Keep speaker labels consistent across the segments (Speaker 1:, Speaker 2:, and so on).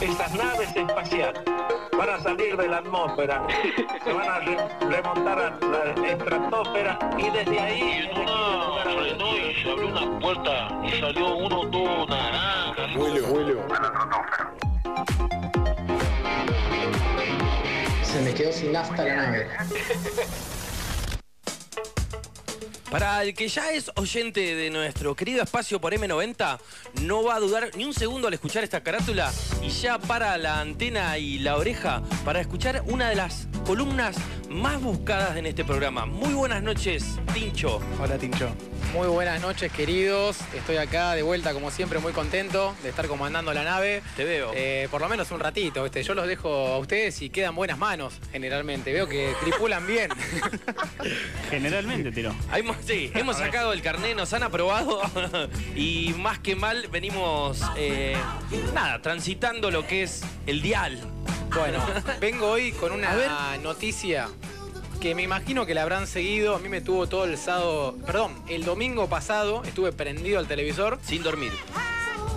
Speaker 1: Esas naves espaciales van a salir de la atmósfera, se van a re- remontar a la estratosfera y desde ahí...
Speaker 2: en una frenó y se abrió una puerta y salió uno todo naranja.
Speaker 3: Se me quedó sin hasta la nave.
Speaker 4: Para el que ya es oyente de nuestro querido espacio por M90, no va a dudar ni un segundo al escuchar esta carátula y ya para la antena y la oreja para escuchar una de las columnas más buscadas en este programa. Muy buenas noches, Tincho.
Speaker 5: Hola, Tincho.
Speaker 3: Muy buenas noches, queridos. Estoy acá de vuelta, como siempre, muy contento de estar comandando la nave.
Speaker 4: Te veo.
Speaker 3: Eh, por lo menos un ratito, ¿viste? Yo los dejo a ustedes y quedan buenas manos, generalmente. Veo que tripulan bien.
Speaker 6: Generalmente tiró.
Speaker 4: Hay mo- sí, hemos sacado el carnet, nos han aprobado y más que mal venimos, eh, nada, transitando lo que es el dial.
Speaker 3: Bueno, vengo hoy con una
Speaker 4: A ver.
Speaker 3: noticia que me imagino que la habrán seguido. A mí me tuvo todo el sábado, perdón, el domingo pasado estuve prendido al televisor.
Speaker 4: Sin dormir.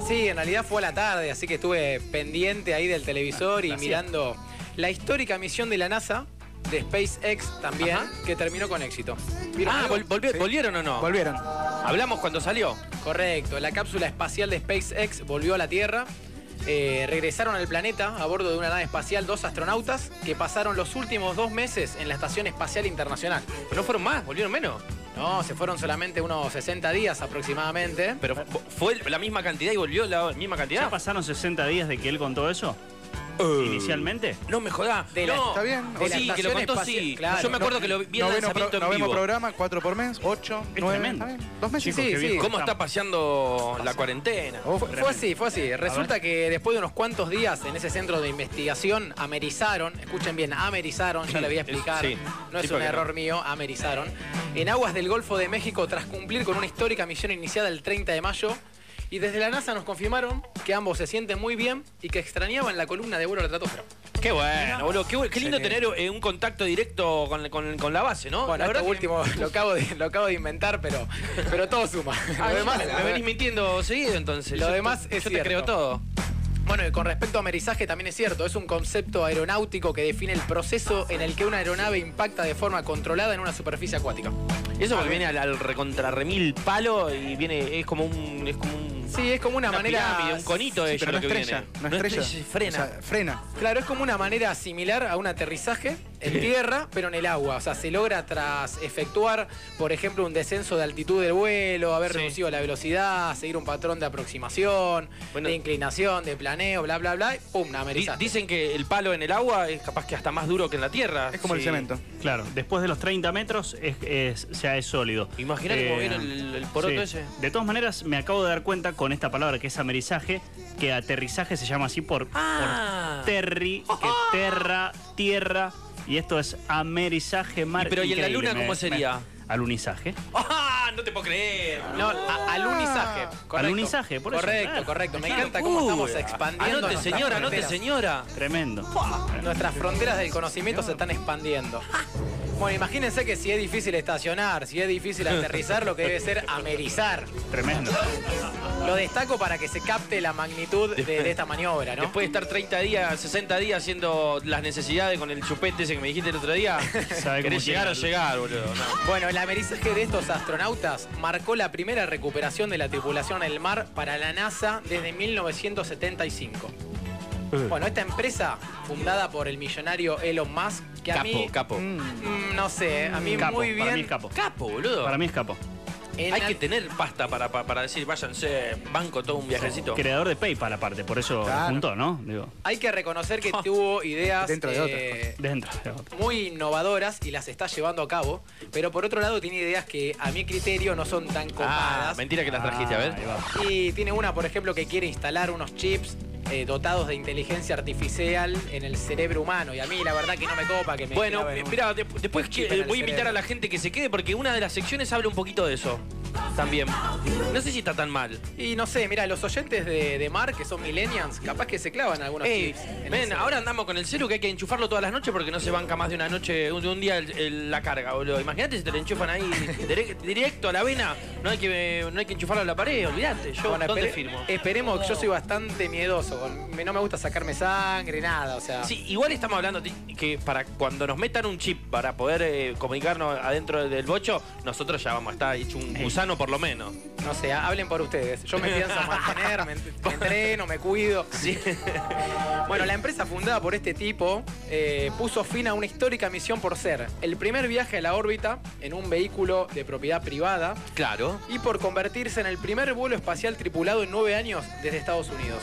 Speaker 3: Sí, en realidad fue a la tarde, así que estuve pendiente ahí del televisor y mirando la histórica misión de la NASA, de SpaceX también,
Speaker 4: Ajá.
Speaker 3: que terminó con éxito. ¿Vieron
Speaker 4: Ah,
Speaker 3: algo?
Speaker 4: vol- volvi- ¿volvieron o no?
Speaker 5: Volvieron.
Speaker 4: Hablamos cuando salió.
Speaker 3: Correcto, la cápsula espacial de SpaceX volvió a la Tierra. Eh, regresaron al planeta a bordo de una nave espacial dos astronautas que pasaron los últimos dos meses en la Estación Espacial Internacional.
Speaker 4: Pero no fueron más, volvieron menos.
Speaker 3: No, se fueron solamente unos 60 días aproximadamente.
Speaker 4: Pero fu- fue la misma cantidad y volvió la misma
Speaker 6: ¿Ya
Speaker 4: cantidad.
Speaker 6: pasaron 60 días de que él contó eso?
Speaker 4: Eh.
Speaker 6: Inicialmente.
Speaker 4: No me jodá.
Speaker 3: De la-
Speaker 4: no.
Speaker 5: está bien.
Speaker 3: De la
Speaker 4: sí, que lo
Speaker 3: estación
Speaker 4: contó
Speaker 3: espacial,
Speaker 4: sí.
Speaker 3: claro.
Speaker 4: Yo me acuerdo que lo vi el
Speaker 5: Noveno,
Speaker 4: lanzamiento
Speaker 5: pro-
Speaker 4: en
Speaker 5: noveno
Speaker 4: vivo.
Speaker 5: programa, cuatro por mes, ocho,
Speaker 6: Es
Speaker 5: nueve.
Speaker 6: tremendo.
Speaker 5: está bien, Dos meses.
Speaker 6: Chicos,
Speaker 3: Sí,
Speaker 6: qué
Speaker 3: sí.
Speaker 6: viejo
Speaker 4: ¿Cómo está
Speaker 6: estamos.
Speaker 4: paseando la cuarentena?
Speaker 5: Oh,
Speaker 3: Fue, fue así, fue así. Resulta que después de unos cuantos días en ese centro de investigación, amerizaron, escuchen bien, amerizaron, ya le voy a explicar,
Speaker 4: Sí,
Speaker 3: no
Speaker 4: sí,
Speaker 3: es un
Speaker 4: porque
Speaker 3: error mío, amerizaron, en aguas del Golfo de México tras cumplir con una histórica misión iniciada el 30 de mayo. Y desde la NASA nos confirmaron que ambos se sienten muy bien y que extrañaban la columna de vuelo de la estratosfera.
Speaker 4: Qué bueno, boludo. Qué, bu- qué lindo
Speaker 3: Excelente.
Speaker 4: tener eh, un contacto directo con, con- con la base, ¿no?
Speaker 3: Bueno,
Speaker 4: La
Speaker 3: esto
Speaker 4: verdad que-
Speaker 3: último lo acabo de, lo acabo de inventar, pero, pero todo suma.
Speaker 4: Ah,
Speaker 3: Lo demás-
Speaker 4: me venís mintiendo seguido entonces.
Speaker 3: Lo
Speaker 4: Yo-
Speaker 3: demás
Speaker 4: yo
Speaker 3: es
Speaker 4: te creo
Speaker 3: cierto.
Speaker 4: todo.
Speaker 3: Bueno, y con respecto a amerizaje también es cierto, es un concepto aeronáutico que define el proceso en el que una aeronave impacta de forma controlada en una superficie acuática.
Speaker 4: Eso porque viene al, al recontrarremil palo y viene, es como un, es como un
Speaker 3: Sí, es como una,
Speaker 4: una
Speaker 3: manera...
Speaker 4: pirámide, un conito de
Speaker 5: Sí,
Speaker 4: ello
Speaker 5: pero no
Speaker 4: lo que
Speaker 5: estrella,
Speaker 4: viene.
Speaker 5: no
Speaker 4: No
Speaker 5: estrella.
Speaker 4: estrella, frena.
Speaker 5: O sea, frena.
Speaker 3: Claro, es como una manera similar a un aterrizaje en tierra, pero en el agua. O sea, se logra tras efectuar, por ejemplo, un descenso de altitud del vuelo, haber
Speaker 4: Sí.
Speaker 3: reducido la velocidad, seguir un patrón de aproximación,
Speaker 4: Bueno.
Speaker 3: de inclinación, de planeo, bla, bla, bla, y ¡pum!
Speaker 4: Di-
Speaker 3: Amerizaje.
Speaker 4: Dicen que el palo en el agua es capaz que hasta más duro que en la tierra.
Speaker 5: Es como el
Speaker 4: Sí.
Speaker 5: cemento.
Speaker 6: Claro, después de los 30 metros es, es- ya es sólido.
Speaker 4: Imagínate
Speaker 6: Eh,
Speaker 4: cómo viene el- el poroto ese.
Speaker 6: De todas maneras, me acabo de dar cuenta con esta palabra que es amerizaje, que aterrizaje se llama así por,
Speaker 4: Ah.
Speaker 6: por terri, que terra, tierra, y esto es amerizaje, mar.
Speaker 4: Y pero, ¿y en la
Speaker 6: increíble,
Speaker 4: luna cómo sería?
Speaker 6: alunizaje.
Speaker 4: ¡Ah! No te puedo creer.
Speaker 3: No, a- alunizaje. Correcto.
Speaker 6: Alunizaje, por eso,
Speaker 3: Correcto,
Speaker 6: claro.
Speaker 3: correcto. Me
Speaker 4: Claro.
Speaker 3: encanta cómo estamos
Speaker 4: Uy,
Speaker 3: expandiendo.
Speaker 4: Uh. Anote,
Speaker 3: nuestras
Speaker 4: señora, anote,
Speaker 3: fronteras.
Speaker 4: señora.
Speaker 6: Tremendo.
Speaker 3: Nuestras fronteras del conocimiento se están expandiendo. Bueno, imagínense que si es difícil estacionar, si es difícil aterrizar, lo que debe ser amerizar.
Speaker 6: Tremendo.
Speaker 3: Lo destaco para que se capte la magnitud de, de esta maniobra, ¿no?
Speaker 4: Después de estar 30 días, 60 días haciendo las necesidades con el chupete ese que me dijiste el otro día,
Speaker 6: cómo
Speaker 4: querés llegar o
Speaker 6: tiene.
Speaker 4: llegar, boludo. No.
Speaker 3: Bueno, el amerizaje de estos astronautas marcó la primera recuperación de la tripulación en el mar para la NASA desde 1975. Bueno, esta empresa, fundada por el millonario Elon Musk, que a
Speaker 4: Capo,
Speaker 3: mí,
Speaker 4: capo.
Speaker 3: mm, no sé, a mí
Speaker 6: Capo,
Speaker 3: muy bien...
Speaker 6: para mí es capo.
Speaker 4: Capo, boludo.
Speaker 6: Para mí es capo.
Speaker 3: en
Speaker 4: Hay
Speaker 3: la-
Speaker 4: que tener pasta para, para, para decir, váyanse, banco todo un viajecito.
Speaker 6: Creador de PayPal aparte, por eso
Speaker 5: Claro.
Speaker 6: juntó, ¿no? Digo,
Speaker 3: Hay que reconocer que tuvo ideas
Speaker 5: Dentro de otras
Speaker 3: eh,
Speaker 6: dentro. de otro.
Speaker 3: muy innovadoras y las está llevando a cabo, pero por otro lado tiene ideas que a mi criterio no son tan
Speaker 4: Ah,
Speaker 3: copadas.
Speaker 4: mentira que las trajiste, a ver.
Speaker 6: Ah, ahí va.
Speaker 3: y tiene una, por ejemplo, que quiere instalar unos chips eh, dotados de inteligencia artificial en el cerebro humano. Y a mí la verdad que no me copa que me...
Speaker 4: Bueno,
Speaker 3: claven un-
Speaker 4: mira, después que-
Speaker 3: Chip en el
Speaker 4: voy a invitar
Speaker 3: cerebro.
Speaker 4: a la gente que se quede porque una de las secciones habla un poquito de eso. también. No sé si está tan mal.
Speaker 3: Y no sé, mira, los oyentes de, de Mar, que son millennials, capaz que se clavan algunos
Speaker 4: Ey,
Speaker 3: chips. en
Speaker 4: ven,
Speaker 3: ese.
Speaker 4: ahora andamos con el celu que hay que enchufarlo todas las noches porque no se banca más de una noche, un, de un día el- el- la carga, boludo. Imagínate si te lo enchufan ahí dire- directo a la vena, no hay que, no hay que enchufarlo a la pared, olvídate. Yo,
Speaker 3: Bueno,
Speaker 4: ¿dónde
Speaker 3: espere- eh,
Speaker 4: firmo?
Speaker 3: Esperemos, yo soy bastante miedoso. con- me- No me gusta sacarme sangre, nada, o sea.
Speaker 4: Ah, Sí, igual estamos hablando ti- que para cuando nos metan un chip para poder eh, comunicarnos adentro del bocho, nosotros ya vamos a estar hecho un gusano por lo menos.
Speaker 3: No sé, hablen por ustedes. Yo me pienso mantener, me, ent- me entreno, me cuido. Bueno, la empresa fundada por este tipo eh, puso fin a una histórica misión por ser el primer viaje a la órbita en un vehículo de propiedad privada
Speaker 4: Claro.
Speaker 3: y por convertirse en el primer vuelo espacial tripulado en nueve años desde Estados Unidos.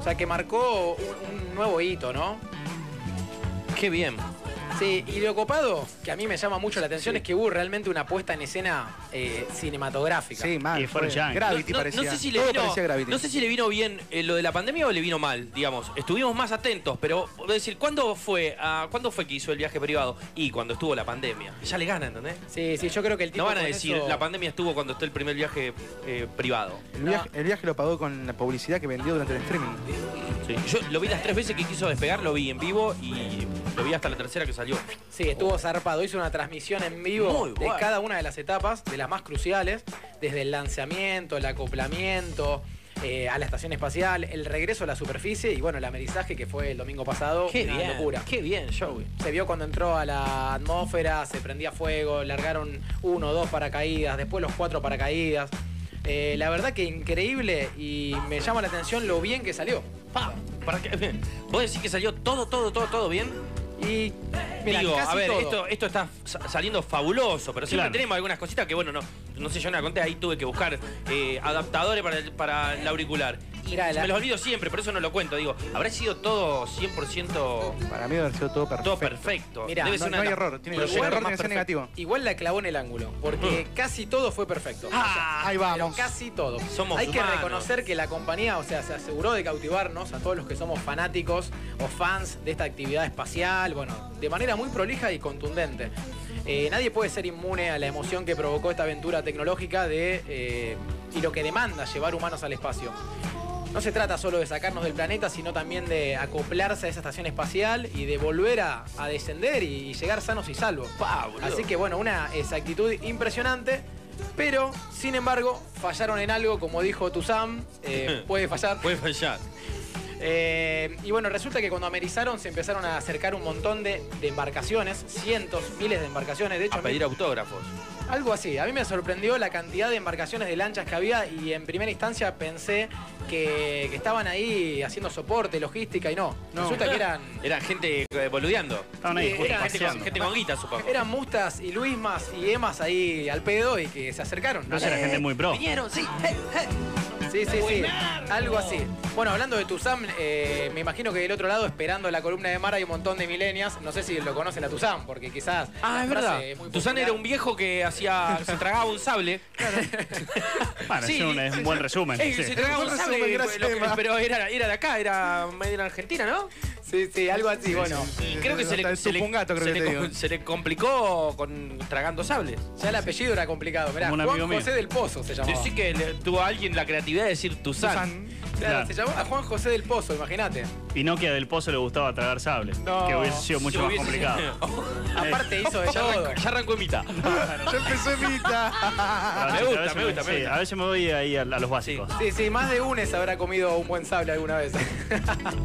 Speaker 3: O sea, que marcó un, un nuevo hito, ¿no?
Speaker 4: Qué bien.
Speaker 3: Sí, y lo copado, que a mí me llama mucho la atención, es que hubo realmente una puesta en escena eh, cinematográfica.
Speaker 5: Sí, mal.
Speaker 6: Y fueron
Speaker 5: fue-
Speaker 6: ya.
Speaker 5: Gravity
Speaker 4: no, no-
Speaker 5: parecía.
Speaker 4: no sé si le
Speaker 5: Todo
Speaker 4: vino,
Speaker 5: parecía Gravity.
Speaker 4: no sé si le vino bien eh, lo de la pandemia o le vino mal, digamos. Estuvimos más atentos, pero es decir, ¿cuándo fue, ah, ¿cuándo fue que hizo el viaje privado? Y cuando estuvo la pandemia. Ya le ganan, ¿entendés?
Speaker 3: Sí, sí, yo creo que el tipo.
Speaker 4: No van a
Speaker 3: con
Speaker 4: decir,
Speaker 3: eso-
Speaker 4: la pandemia estuvo cuando estuvo el primer viaje eh, privado.
Speaker 5: el, viaje, el viaje lo pagó con la publicidad que vendió durante el streaming.
Speaker 4: Yo lo vi las tres veces que quiso despegar, lo vi en vivo y lo vi hasta la tercera que salió.
Speaker 3: Sí, estuvo zarpado. Hizo una transmisión en vivo
Speaker 4: Muy
Speaker 3: de
Speaker 4: guay.
Speaker 3: cada una de las etapas, de las más cruciales, desde el lanzamiento, el acoplamiento, eh, a la estación espacial, el regreso a la superficie y bueno, el amerizaje que fue el domingo pasado.
Speaker 4: Qué
Speaker 3: una
Speaker 4: bien,
Speaker 3: locura.
Speaker 4: qué bien, Joey.
Speaker 3: Se vio cuando entró a la atmósfera, se prendía fuego, largaron uno, dos paracaídas, después los cuatro paracaídas. Eh, la verdad que increíble y me llama la atención lo bien que salió.
Speaker 4: Pa, ¿para qué? ¿Vos decís que salió todo, todo, todo, todo bien?
Speaker 3: Y mirá,
Speaker 4: Digo,
Speaker 3: casi
Speaker 4: a ver,
Speaker 3: todo.
Speaker 4: esto, esto está sa- saliendo fabuloso, pero siempre
Speaker 6: Claro.
Speaker 4: tenemos algunas cositas que, bueno, no, no sé, yo no la conté, ahí tuve que buscar eh, adaptadores para el, para el auricular. Y
Speaker 3: Mirá, la-
Speaker 4: me los olvido siempre, por eso no lo cuento. Digo, habrá sido todo 100% todo
Speaker 5: Para mí haber sido todo perfecto.
Speaker 4: perfecto.
Speaker 3: Mirá,
Speaker 4: Debe
Speaker 5: No,
Speaker 4: ser una
Speaker 5: no
Speaker 4: de
Speaker 5: hay
Speaker 4: las-
Speaker 5: error. Tiene
Speaker 4: Pero
Speaker 5: el
Speaker 4: bueno,
Speaker 5: error
Speaker 4: más
Speaker 5: tiene que ser
Speaker 4: perfecto.
Speaker 5: negativo.
Speaker 3: Igual la clavó en el ángulo, porque casi todo fue perfecto.
Speaker 4: Ah,
Speaker 5: Ahí
Speaker 3: Pero
Speaker 5: vamos.
Speaker 3: casi todo.
Speaker 4: Somos
Speaker 3: Hay que
Speaker 4: humanos.
Speaker 3: reconocer que la compañía, o sea, se aseguró de cautivarnos a todos los que somos fanáticos o fans de esta actividad espacial, bueno, de manera muy prolija y contundente. Eh, nadie puede ser inmune a la emoción que provocó esta aventura tecnológica de, eh, y lo que demanda llevar humanos al espacio. No se trata solo de sacarnos del planeta, sino también de acoplarse a esa estación espacial y de volver a, a descender y, y llegar sanos y salvos.
Speaker 4: Pa, boludo.
Speaker 3: Así que bueno, una exactitud impresionante, pero sin embargo fallaron en algo, como dijo Tuzam, eh, puede fallar.
Speaker 4: Puede fallar.
Speaker 3: Eh, y bueno, resulta que cuando amerizaron se empezaron a acercar un montón de, de embarcaciones, cientos, miles de embarcaciones, de hecho
Speaker 4: A pedir autógrafos.
Speaker 3: algo así. A mí me sorprendió la cantidad de embarcaciones de lanchas que había y en primera instancia pensé que, que estaban ahí haciendo soporte, logística y no.
Speaker 5: No.
Speaker 3: Resulta que eran,
Speaker 4: Era gente eh, boludeando.
Speaker 6: Estaban ahí
Speaker 3: Sí,
Speaker 6: justo
Speaker 3: era-
Speaker 4: Gente con,
Speaker 6: paseando.
Speaker 4: gente con guita, supongo.
Speaker 3: eran Mustas y Luismas y Emas ahí al pedo y que se acercaron.
Speaker 6: No era gente muy pro.
Speaker 4: Vinieron, sí. eh, eh.
Speaker 3: Sí, sí, sí. Algo así. Bueno, hablando de Tuzam, eh, me imagino que del otro lado, esperando la columna de Mara, hay un montón de milenias. No sé si lo conocen a Tuzam, porque quizás.
Speaker 4: Ah,
Speaker 3: la
Speaker 4: es
Speaker 3: frase
Speaker 4: verdad.
Speaker 3: muy
Speaker 4: Tuzán
Speaker 3: popular.
Speaker 4: era un viejo que hacía, se tragaba un sable.
Speaker 6: Bueno,
Speaker 4: Sí,
Speaker 6: es un, es un buen resumen.
Speaker 4: Ey,
Speaker 6: sí.
Speaker 4: se tragaba un
Speaker 5: Resumen,
Speaker 4: sable,
Speaker 5: gracias,
Speaker 4: lo que-
Speaker 5: Emma.
Speaker 4: pero era, era de acá, era, era argentina, ¿no?
Speaker 3: Sí, sí, algo así. Bueno,
Speaker 4: Y creo que se le,
Speaker 5: Hasta
Speaker 4: se, le,
Speaker 5: supo un gato, creo
Speaker 4: se
Speaker 5: que
Speaker 4: le
Speaker 5: te
Speaker 4: co-
Speaker 5: digo.
Speaker 4: se le complicó con tragando sables.
Speaker 3: ya el apellido era complicado. Mirá,
Speaker 6: Como un
Speaker 3: Juan
Speaker 6: amigo mío.
Speaker 3: José del Pozo se llamaba.
Speaker 4: Decí que le- tuvo a alguien la creatividad de decir Tuzán.
Speaker 5: Susan.
Speaker 3: Claro,
Speaker 6: Claro.
Speaker 3: se llamaba Juan José del Pozo, imagínate.
Speaker 6: Y no que a Del Pozo le gustaba tragar sable.
Speaker 3: No.
Speaker 6: Que hubiese sido
Speaker 4: Si
Speaker 6: mucho más
Speaker 4: hubiese-
Speaker 6: complicado.
Speaker 3: Aparte hizo de
Speaker 4: ya,
Speaker 3: todo.
Speaker 4: arrancó, ya arrancó en mitad.
Speaker 5: Ya empezó Evita.
Speaker 6: A
Speaker 4: Me
Speaker 6: veces-
Speaker 4: gusta,
Speaker 6: a veces
Speaker 4: me gusta, me
Speaker 6: sí,
Speaker 4: gusta.
Speaker 6: A veces me voy ahí a, a los básicos.
Speaker 3: Sí, sí, más de unes habrá comido un buen sable alguna vez.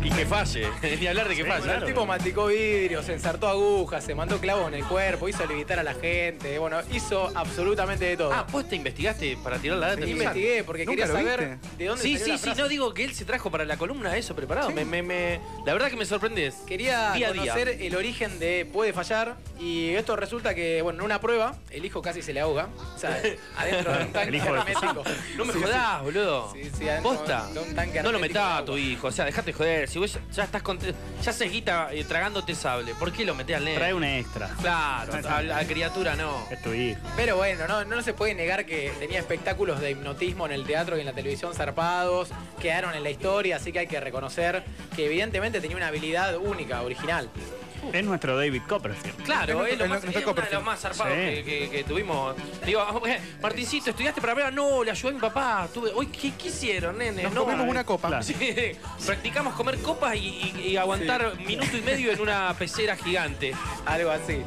Speaker 4: Y que falle. Ni hablar de que falle.
Speaker 3: Bueno, el tipo maticó vidrio, se ensartó agujas, se mandó clavos en el cuerpo, hizo levitar a la gente, bueno, hizo absolutamente de todo.
Speaker 4: Ah, vos te investigaste para tirar la data.
Speaker 3: Y
Speaker 4: Tuzán.
Speaker 3: investigué porque
Speaker 5: ¿Nunca
Speaker 3: quería
Speaker 5: lo viste?
Speaker 3: saber de dónde
Speaker 4: Sí,
Speaker 3: salió
Speaker 4: sí,
Speaker 3: la
Speaker 4: sí,
Speaker 3: frase.
Speaker 4: no digo que él se trajo para la columna eso preparado. Me, me, me- la verdad que me sorprendes.
Speaker 3: Quería
Speaker 4: Día a día.
Speaker 3: conocer el origen de puede fallar y esto resulta que, bueno, en una prueba, el hijo casi se le ahoga. O sea, adentro de un tanque
Speaker 6: El hijo de
Speaker 3: hermético.
Speaker 4: No me
Speaker 3: Sí, sí.
Speaker 4: jodás, boludo.
Speaker 3: Sí, sí, adentro
Speaker 4: Posta.
Speaker 3: de un tanque
Speaker 4: ah, No
Speaker 3: hermético
Speaker 4: lo
Speaker 3: de
Speaker 4: metás a
Speaker 3: agua.
Speaker 4: tu hijo, o sea, dejate joder. Si vos ya estás con, ya se guita eh, tragándote sable, ¿por qué lo metés al nene?
Speaker 6: Trae una extra.
Speaker 4: Claro, a la criatura no.
Speaker 6: Es tu hijo.
Speaker 3: Pero bueno, no, no se puede negar que tenía espectáculos de hipnotismo en el teatro y en la televisión zarpados, quedaron en la historia, así que hay que reconocer que evidentemente tenía una habilidad única, original.
Speaker 6: Es nuestro David Copperfield.
Speaker 4: Claro,
Speaker 5: Es
Speaker 4: es, lo
Speaker 5: nuestro-
Speaker 4: más,
Speaker 5: es
Speaker 4: es
Speaker 5: nuestro
Speaker 4: uno de
Speaker 5: Copperfield.
Speaker 4: los más zarpados
Speaker 6: Sí.
Speaker 4: que, que- que tuvimos. Digo, "Eh, Martincito, ¿estudiaste para hablar? No, le ayudé a mi papá. Tuve... Uy, ¿qué, qué hicieron, nene?
Speaker 5: Nos
Speaker 4: no,
Speaker 5: comimos una copa.
Speaker 6: claro.
Speaker 4: Sí, practicamos comer copas y, y- y aguantar minuto y medio en una pecera gigante.
Speaker 3: Algo así.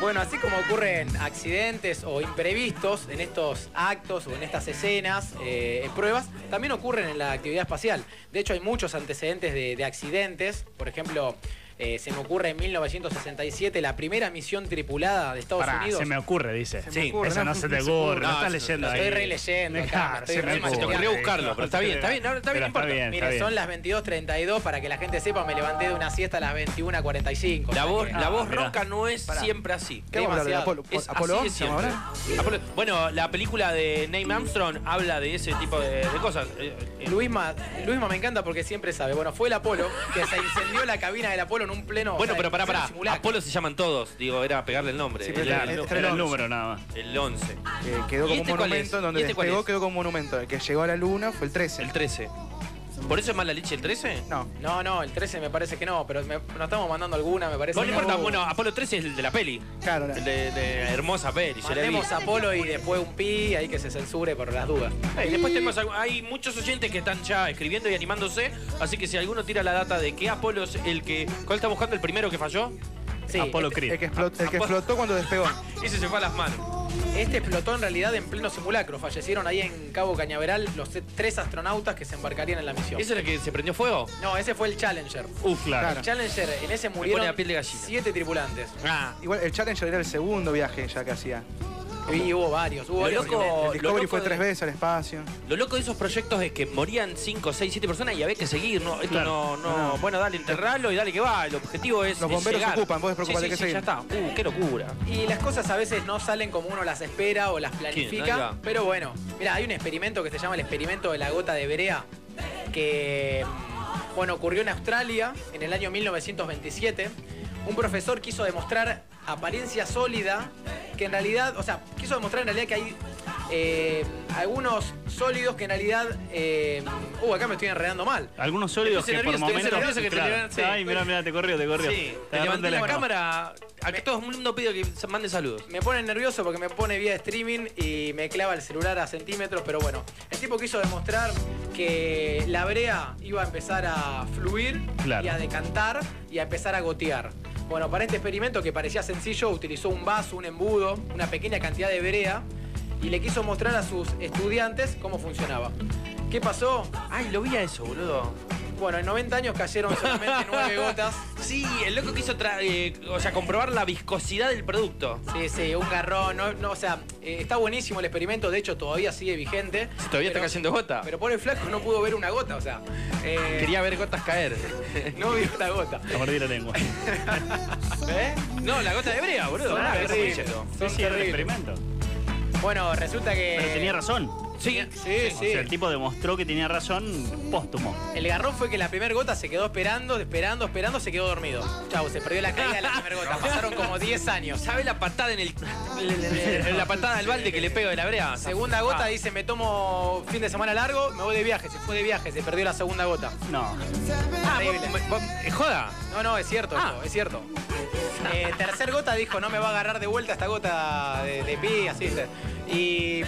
Speaker 3: Bueno, así como ocurren accidentes o imprevistos en estos actos o en estas escenas, eh, en pruebas, también ocurren en la actividad espacial. De hecho, hay muchos antecedentes de, de accidentes. Por ejemplo, eh, se me ocurre en 1967 la primera misión tripulada de Estados
Speaker 6: Pará,
Speaker 3: Unidos.
Speaker 6: se me ocurre, dice.
Speaker 5: Se me ocurre,
Speaker 6: Eso no se te ocurre, no, estás
Speaker 4: se-
Speaker 6: leyendo
Speaker 3: lo
Speaker 6: ahí.
Speaker 3: estoy releyendo acá,
Speaker 6: Dejar,
Speaker 3: me estoy
Speaker 6: se me
Speaker 3: remachando.
Speaker 4: Se te
Speaker 6: ocurre.
Speaker 4: ocurrió buscarlo, pero está bien, está bien, no, está bien,
Speaker 6: Pero
Speaker 4: no importa.
Speaker 6: bien,
Speaker 3: Mira,
Speaker 6: está bien.
Speaker 3: son las 22.32 para que la gente sepa, me levanté de una siesta a las 21.45.
Speaker 4: La voz, la voz
Speaker 6: mirá.
Speaker 4: ronca no es
Speaker 5: Pará.
Speaker 4: siempre así.
Speaker 5: ¿Qué vamos a hablar? ¿De
Speaker 3: Demasiado.
Speaker 5: Apolo,
Speaker 4: Es
Speaker 5: Apolo
Speaker 4: así de
Speaker 5: 11 vamos a hablar?
Speaker 4: siempre. Apolo- bueno, la película de Neil Armstrong habla de ese tipo de, de cosas. Eh, eh,
Speaker 3: Luisma, Luisma me encanta porque siempre sabe. Bueno, fue el Apolo que se incendió la cabina del Apolo en un pleno.
Speaker 4: Bueno,
Speaker 3: o sea,
Speaker 4: pero pará,
Speaker 3: en pleno
Speaker 4: pará.
Speaker 3: simulacro.
Speaker 4: Apolo se llaman todos. Digo, era pegarle el nombre.
Speaker 5: Sí, pero
Speaker 4: el,
Speaker 5: está-
Speaker 4: el-
Speaker 5: está
Speaker 6: Era el número nada más.
Speaker 4: el 11.
Speaker 5: Que Eh, quedó
Speaker 4: ¿Y
Speaker 5: como
Speaker 4: este
Speaker 5: un
Speaker 4: cuál
Speaker 5: monumento,
Speaker 4: es?
Speaker 5: en donde
Speaker 4: ¿Y este cuál
Speaker 5: despegó
Speaker 4: es?
Speaker 5: quedó como un monumento. El que llegó a la luna fue el 13.
Speaker 4: El 13. ¿Por eso es mala leche el 13?
Speaker 5: No,
Speaker 3: No, no, el 13 me parece que no, pero me- nos estamos mandando alguna, me parece.
Speaker 4: No, no
Speaker 3: que
Speaker 4: importa. Bueno, Apolo 13 es el de la peli.
Speaker 5: claro. la-
Speaker 4: El de, de hermosa peli. yo la vi.
Speaker 3: Mandemos a Apolo y después un pi, ahí que se censure por las dudas.
Speaker 4: Eh, después tenemos, algu- hay muchos oyentes que están ya escribiendo y animándose, así que si alguno tira la data de que Apolo es el que... ¿Cuál está buscando? ¿El primero que falló?
Speaker 3: Sí,
Speaker 6: Apolo
Speaker 5: El
Speaker 6: Creed.
Speaker 5: que, explot- el que explotó cuando despegó.
Speaker 4: Ese se fue a las manos.
Speaker 3: Este explotó en realidad en pleno simulacro. Fallecieron ahí en Cabo Cañaveral los te- tres astronautas que se embarcarían en la misión.
Speaker 4: ¿Ese es el que se prendió fuego?
Speaker 3: No, ese fue el Challenger.
Speaker 6: Uf, claro.
Speaker 5: Claro.
Speaker 3: El Challenger, en ese murieron
Speaker 4: la piel de gallina.
Speaker 3: siete tripulantes.
Speaker 4: Ah.
Speaker 5: Igual el Challenger era el segundo viaje ya que hacía.
Speaker 3: Y hubo varios, hubo
Speaker 4: Lo
Speaker 3: varios.
Speaker 4: loco-
Speaker 3: accidentes.
Speaker 4: Lo
Speaker 5: El Discovery
Speaker 4: loco
Speaker 5: fue
Speaker 4: de-
Speaker 5: tres veces al espacio.
Speaker 4: Lo loco de esos proyectos es que morían 5, 6, 7 personas y había que seguir. No, esto
Speaker 6: Claro.
Speaker 4: no, no, Bueno, dale, enterralo y dale que va. El objetivo es.
Speaker 5: Los
Speaker 4: es
Speaker 5: bomberos se
Speaker 4: llegar.
Speaker 5: ocupan, vos despreocupate
Speaker 4: Sí, sí,
Speaker 5: que
Speaker 4: sí, ya
Speaker 5: seguir.
Speaker 4: está. Uh, qué locura.
Speaker 3: Y las cosas a veces no salen como uno las espera o las
Speaker 4: Ahí
Speaker 3: planifica.
Speaker 4: va.
Speaker 3: Pero bueno, mira, hay un experimento que se llama el experimento de la gota de Berea, que mm, bueno, ocurrió en Australia en el año 1927. Un profesor quiso demostrar apariencia sólida, que en realidad, o sea, quiso demostrar en realidad que hay eh, algunos sólidos que en realidad. eh, uh, acá me estoy enredando mal.
Speaker 6: Algunos sólidos
Speaker 4: Estoy
Speaker 6: que por
Speaker 4: nervioso, estoy
Speaker 6: momentos.
Speaker 4: nervioso que te
Speaker 6: claro.
Speaker 4: levantes.
Speaker 6: Ay, mirá, mirá, te corrió, te corrió.
Speaker 4: Sí,
Speaker 6: Te
Speaker 4: te
Speaker 6: agarró
Speaker 4: levanté
Speaker 6: el
Speaker 4: la
Speaker 6: teléfono.
Speaker 4: cámara. A que todo el mundo pido que se mande saludos.
Speaker 3: Me pone nervioso porque me pone vía streaming y me clava el celular a centímetros, pero bueno, el tipo quiso demostrar que la brea iba a empezar a fluir
Speaker 6: Claro.
Speaker 3: y a decantar y a empezar a gotear. Bueno, para este experimento que parecía sencillo, utilizó un vaso, un embudo, una pequeña cantidad de brea y le quiso mostrar a sus estudiantes cómo funcionaba. ¿Qué pasó?
Speaker 4: Ay, lo vi a eso, boludo.
Speaker 3: Bueno, en 90 años cayeron solamente 9 gotas.
Speaker 4: Sí, el loco quiso tra- eh, o sea, comprobar la viscosidad del producto.
Speaker 3: Sí, sí, un garrón. No, no, o sea, eh, está buenísimo el experimento, de hecho todavía sigue vigente.
Speaker 4: Si todavía
Speaker 3: pero-
Speaker 4: está cayendo gota.
Speaker 3: Pero por el flaco no pudo ver una gota, o sea. eh,
Speaker 4: Quería ver gotas caer.
Speaker 3: No vio una gota.
Speaker 6: Te mordí la lengua.
Speaker 3: ¿Eh?
Speaker 4: No, la gota de brea, boludo.
Speaker 3: Son
Speaker 4: Ah, qué
Speaker 3: terribles.
Speaker 4: brillo.
Speaker 3: Son
Speaker 6: Sí, sí, era el
Speaker 3: terribles.
Speaker 6: experimento.
Speaker 3: Bueno, resulta que.
Speaker 6: Pero tenía razón.
Speaker 4: Sí,
Speaker 3: Sí,
Speaker 6: O
Speaker 3: Eh, sí.
Speaker 6: sea, el tipo demostró que tenía razón póstumo.
Speaker 3: El garrón fue que la primera gota se quedó esperando, esperando, esperando, se quedó dormido. Chau, se perdió la caída de la primera gota. Pasaron como 10 años.
Speaker 4: ¿Sabe la patada en el. la patada al balde que le pego de la brea? Ah.
Speaker 3: Segunda
Speaker 6: Ah.
Speaker 3: gota dice, me tomo fin de semana largo, me voy de viaje. Se fue de viaje, se perdió la segunda gota.
Speaker 6: No.
Speaker 4: Ah, vos-
Speaker 3: Terrible.
Speaker 4: vos- eh, joda.
Speaker 3: No, no, es cierto,
Speaker 4: Ah.
Speaker 3: eso, es cierto. Eh, tercer gota dijo, no me va a agarrar de vuelta esta gota de, de pi, así. ¿viste? Y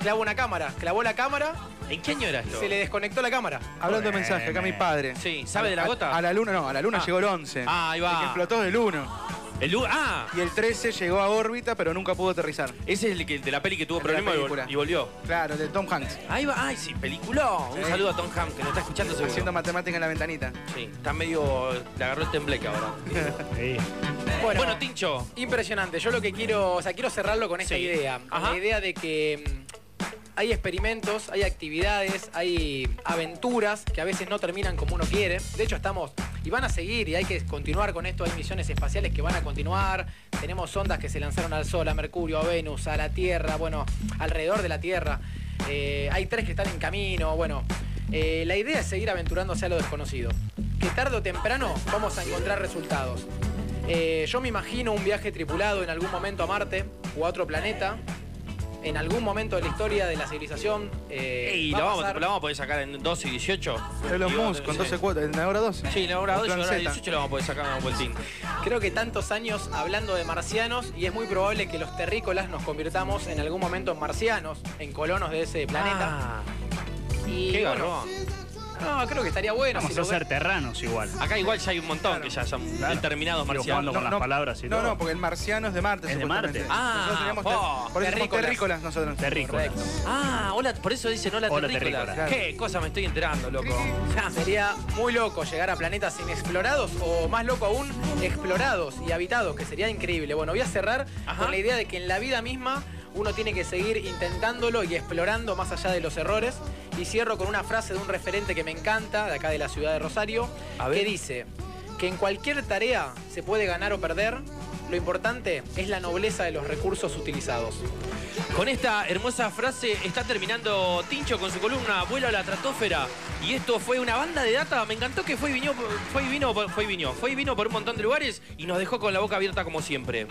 Speaker 3: clavó una cámara, clavó la cámara,
Speaker 4: ¿En qué año era esto?
Speaker 3: se le desconectó la cámara.
Speaker 5: Hablando de mensaje, acá mi padre.
Speaker 4: Sí, ¿sabe de la
Speaker 5: A-
Speaker 4: gota?
Speaker 5: A, la luna, no, a la luna
Speaker 4: Ah.
Speaker 5: llegó el 11.
Speaker 4: Ah, ahí va.
Speaker 5: El que explotó es el 1.
Speaker 4: El lu- ah,
Speaker 5: Y el 13 llegó a órbita, pero nunca pudo aterrizar.
Speaker 4: ese es el que, de la peli que tuvo
Speaker 5: El de la
Speaker 4: problemas y vol-
Speaker 5: película.
Speaker 4: y volvió.
Speaker 5: Claro, el de Tom Hanks.
Speaker 4: Ahí va, ay, sí, peliculón. Un
Speaker 5: Sí.
Speaker 4: saludo a Tom Ham que nos está escuchando seguro.
Speaker 5: Haciendo matemática en la ventanita.
Speaker 4: Sí, está medio. Le agarró el tembleque ahora.
Speaker 6: Sí.
Speaker 4: Bueno, Tincho.
Speaker 3: Impresionante. Yo lo que quiero, o sea, quiero cerrarlo con esta
Speaker 4: Sí.
Speaker 3: idea. Con
Speaker 4: Ajá.
Speaker 3: La idea de que mm, hay experimentos, hay actividades, hay aventuras que a veces no terminan como uno quiere. De hecho, estamos y van a seguir y hay que continuar con esto. Hay misiones espaciales que van a continuar. Tenemos ondas que se lanzaron al Sol, a Mercurio, a Venus, a la Tierra, bueno, alrededor de la Tierra. Eh, hay tres que están en camino. Bueno, eh, la idea es seguir aventurándose a lo desconocido. Que tarde o temprano vamos a encontrar resultados. Eh, yo me imagino un viaje tripulado en algún momento a Marte o a otro planeta. en algún momento de la historia de la civilización. eh,
Speaker 4: Y
Speaker 3: va
Speaker 4: la
Speaker 3: a
Speaker 4: vamos,
Speaker 3: pasar-
Speaker 4: la vamos a poder sacar en 12 y 18.
Speaker 5: Elon
Speaker 4: Digo,
Speaker 5: Musk con
Speaker 4: sí.
Speaker 5: 12 cuotas, en la hora 12.
Speaker 4: Sí, la hora
Speaker 5: Con
Speaker 4: 12 y
Speaker 5: plan
Speaker 4: la hora
Speaker 5: Z.
Speaker 4: 18 la vamos a poder sacar en un vueltín.
Speaker 3: Creo que tantos años hablando de marcianos y es muy probable que los terrícolas nos convirtamos en algún momento en marcianos, en colonos de ese planeta.
Speaker 4: Ah,
Speaker 3: y
Speaker 4: qué
Speaker 3: bueno,
Speaker 4: garrón.
Speaker 3: no, creo que estaría bueno.
Speaker 6: Vamos
Speaker 3: si
Speaker 6: a
Speaker 3: lo-
Speaker 6: ser terranos igual.
Speaker 4: Acá igual ya hay un montón que ya son
Speaker 6: Claro.
Speaker 4: determinados
Speaker 6: Digo,
Speaker 4: marcianos.
Speaker 6: jugando con las palabras y
Speaker 5: No,
Speaker 6: todo.
Speaker 5: no, porque el marciano es de Marte,
Speaker 6: Es de
Speaker 5: supuestamente.
Speaker 6: Marte. oh,
Speaker 4: Ah,
Speaker 5: nosotros teníamos
Speaker 4: po,
Speaker 5: ter- por eso somos
Speaker 3: terrícolas.
Speaker 5: terrícolas nosotros.
Speaker 6: Terrícolas.
Speaker 3: Correcto.
Speaker 4: Ah, hola, por eso dicen hola,
Speaker 6: Hola,
Speaker 4: terrícola.
Speaker 6: terrícola.
Speaker 4: Qué cosa me estoy enterando, loco.
Speaker 3: Ya, Sería muy loco llegar a planetas inexplorados o más loco aún, explorados y habitados, que sería increíble. Bueno, voy a cerrar
Speaker 4: Ajá.
Speaker 3: con la idea de que en la vida misma uno tiene que seguir intentándolo y explorando más allá de los errores. Y cierro con una frase de un referente que me encanta, de acá de la ciudad de Rosario,
Speaker 4: A ver.
Speaker 3: que dice que en cualquier tarea se puede ganar o perder. Lo importante es la nobleza de los recursos utilizados.
Speaker 4: Con esta hermosa frase está terminando Tincho con su columna Vuelo a la Tratósfera. Y esto fue una banda de data. Me encantó que fue y vino, fue y vino, fue y vino, fue y vino por un montón de lugares y nos dejó con la boca abierta como siempre.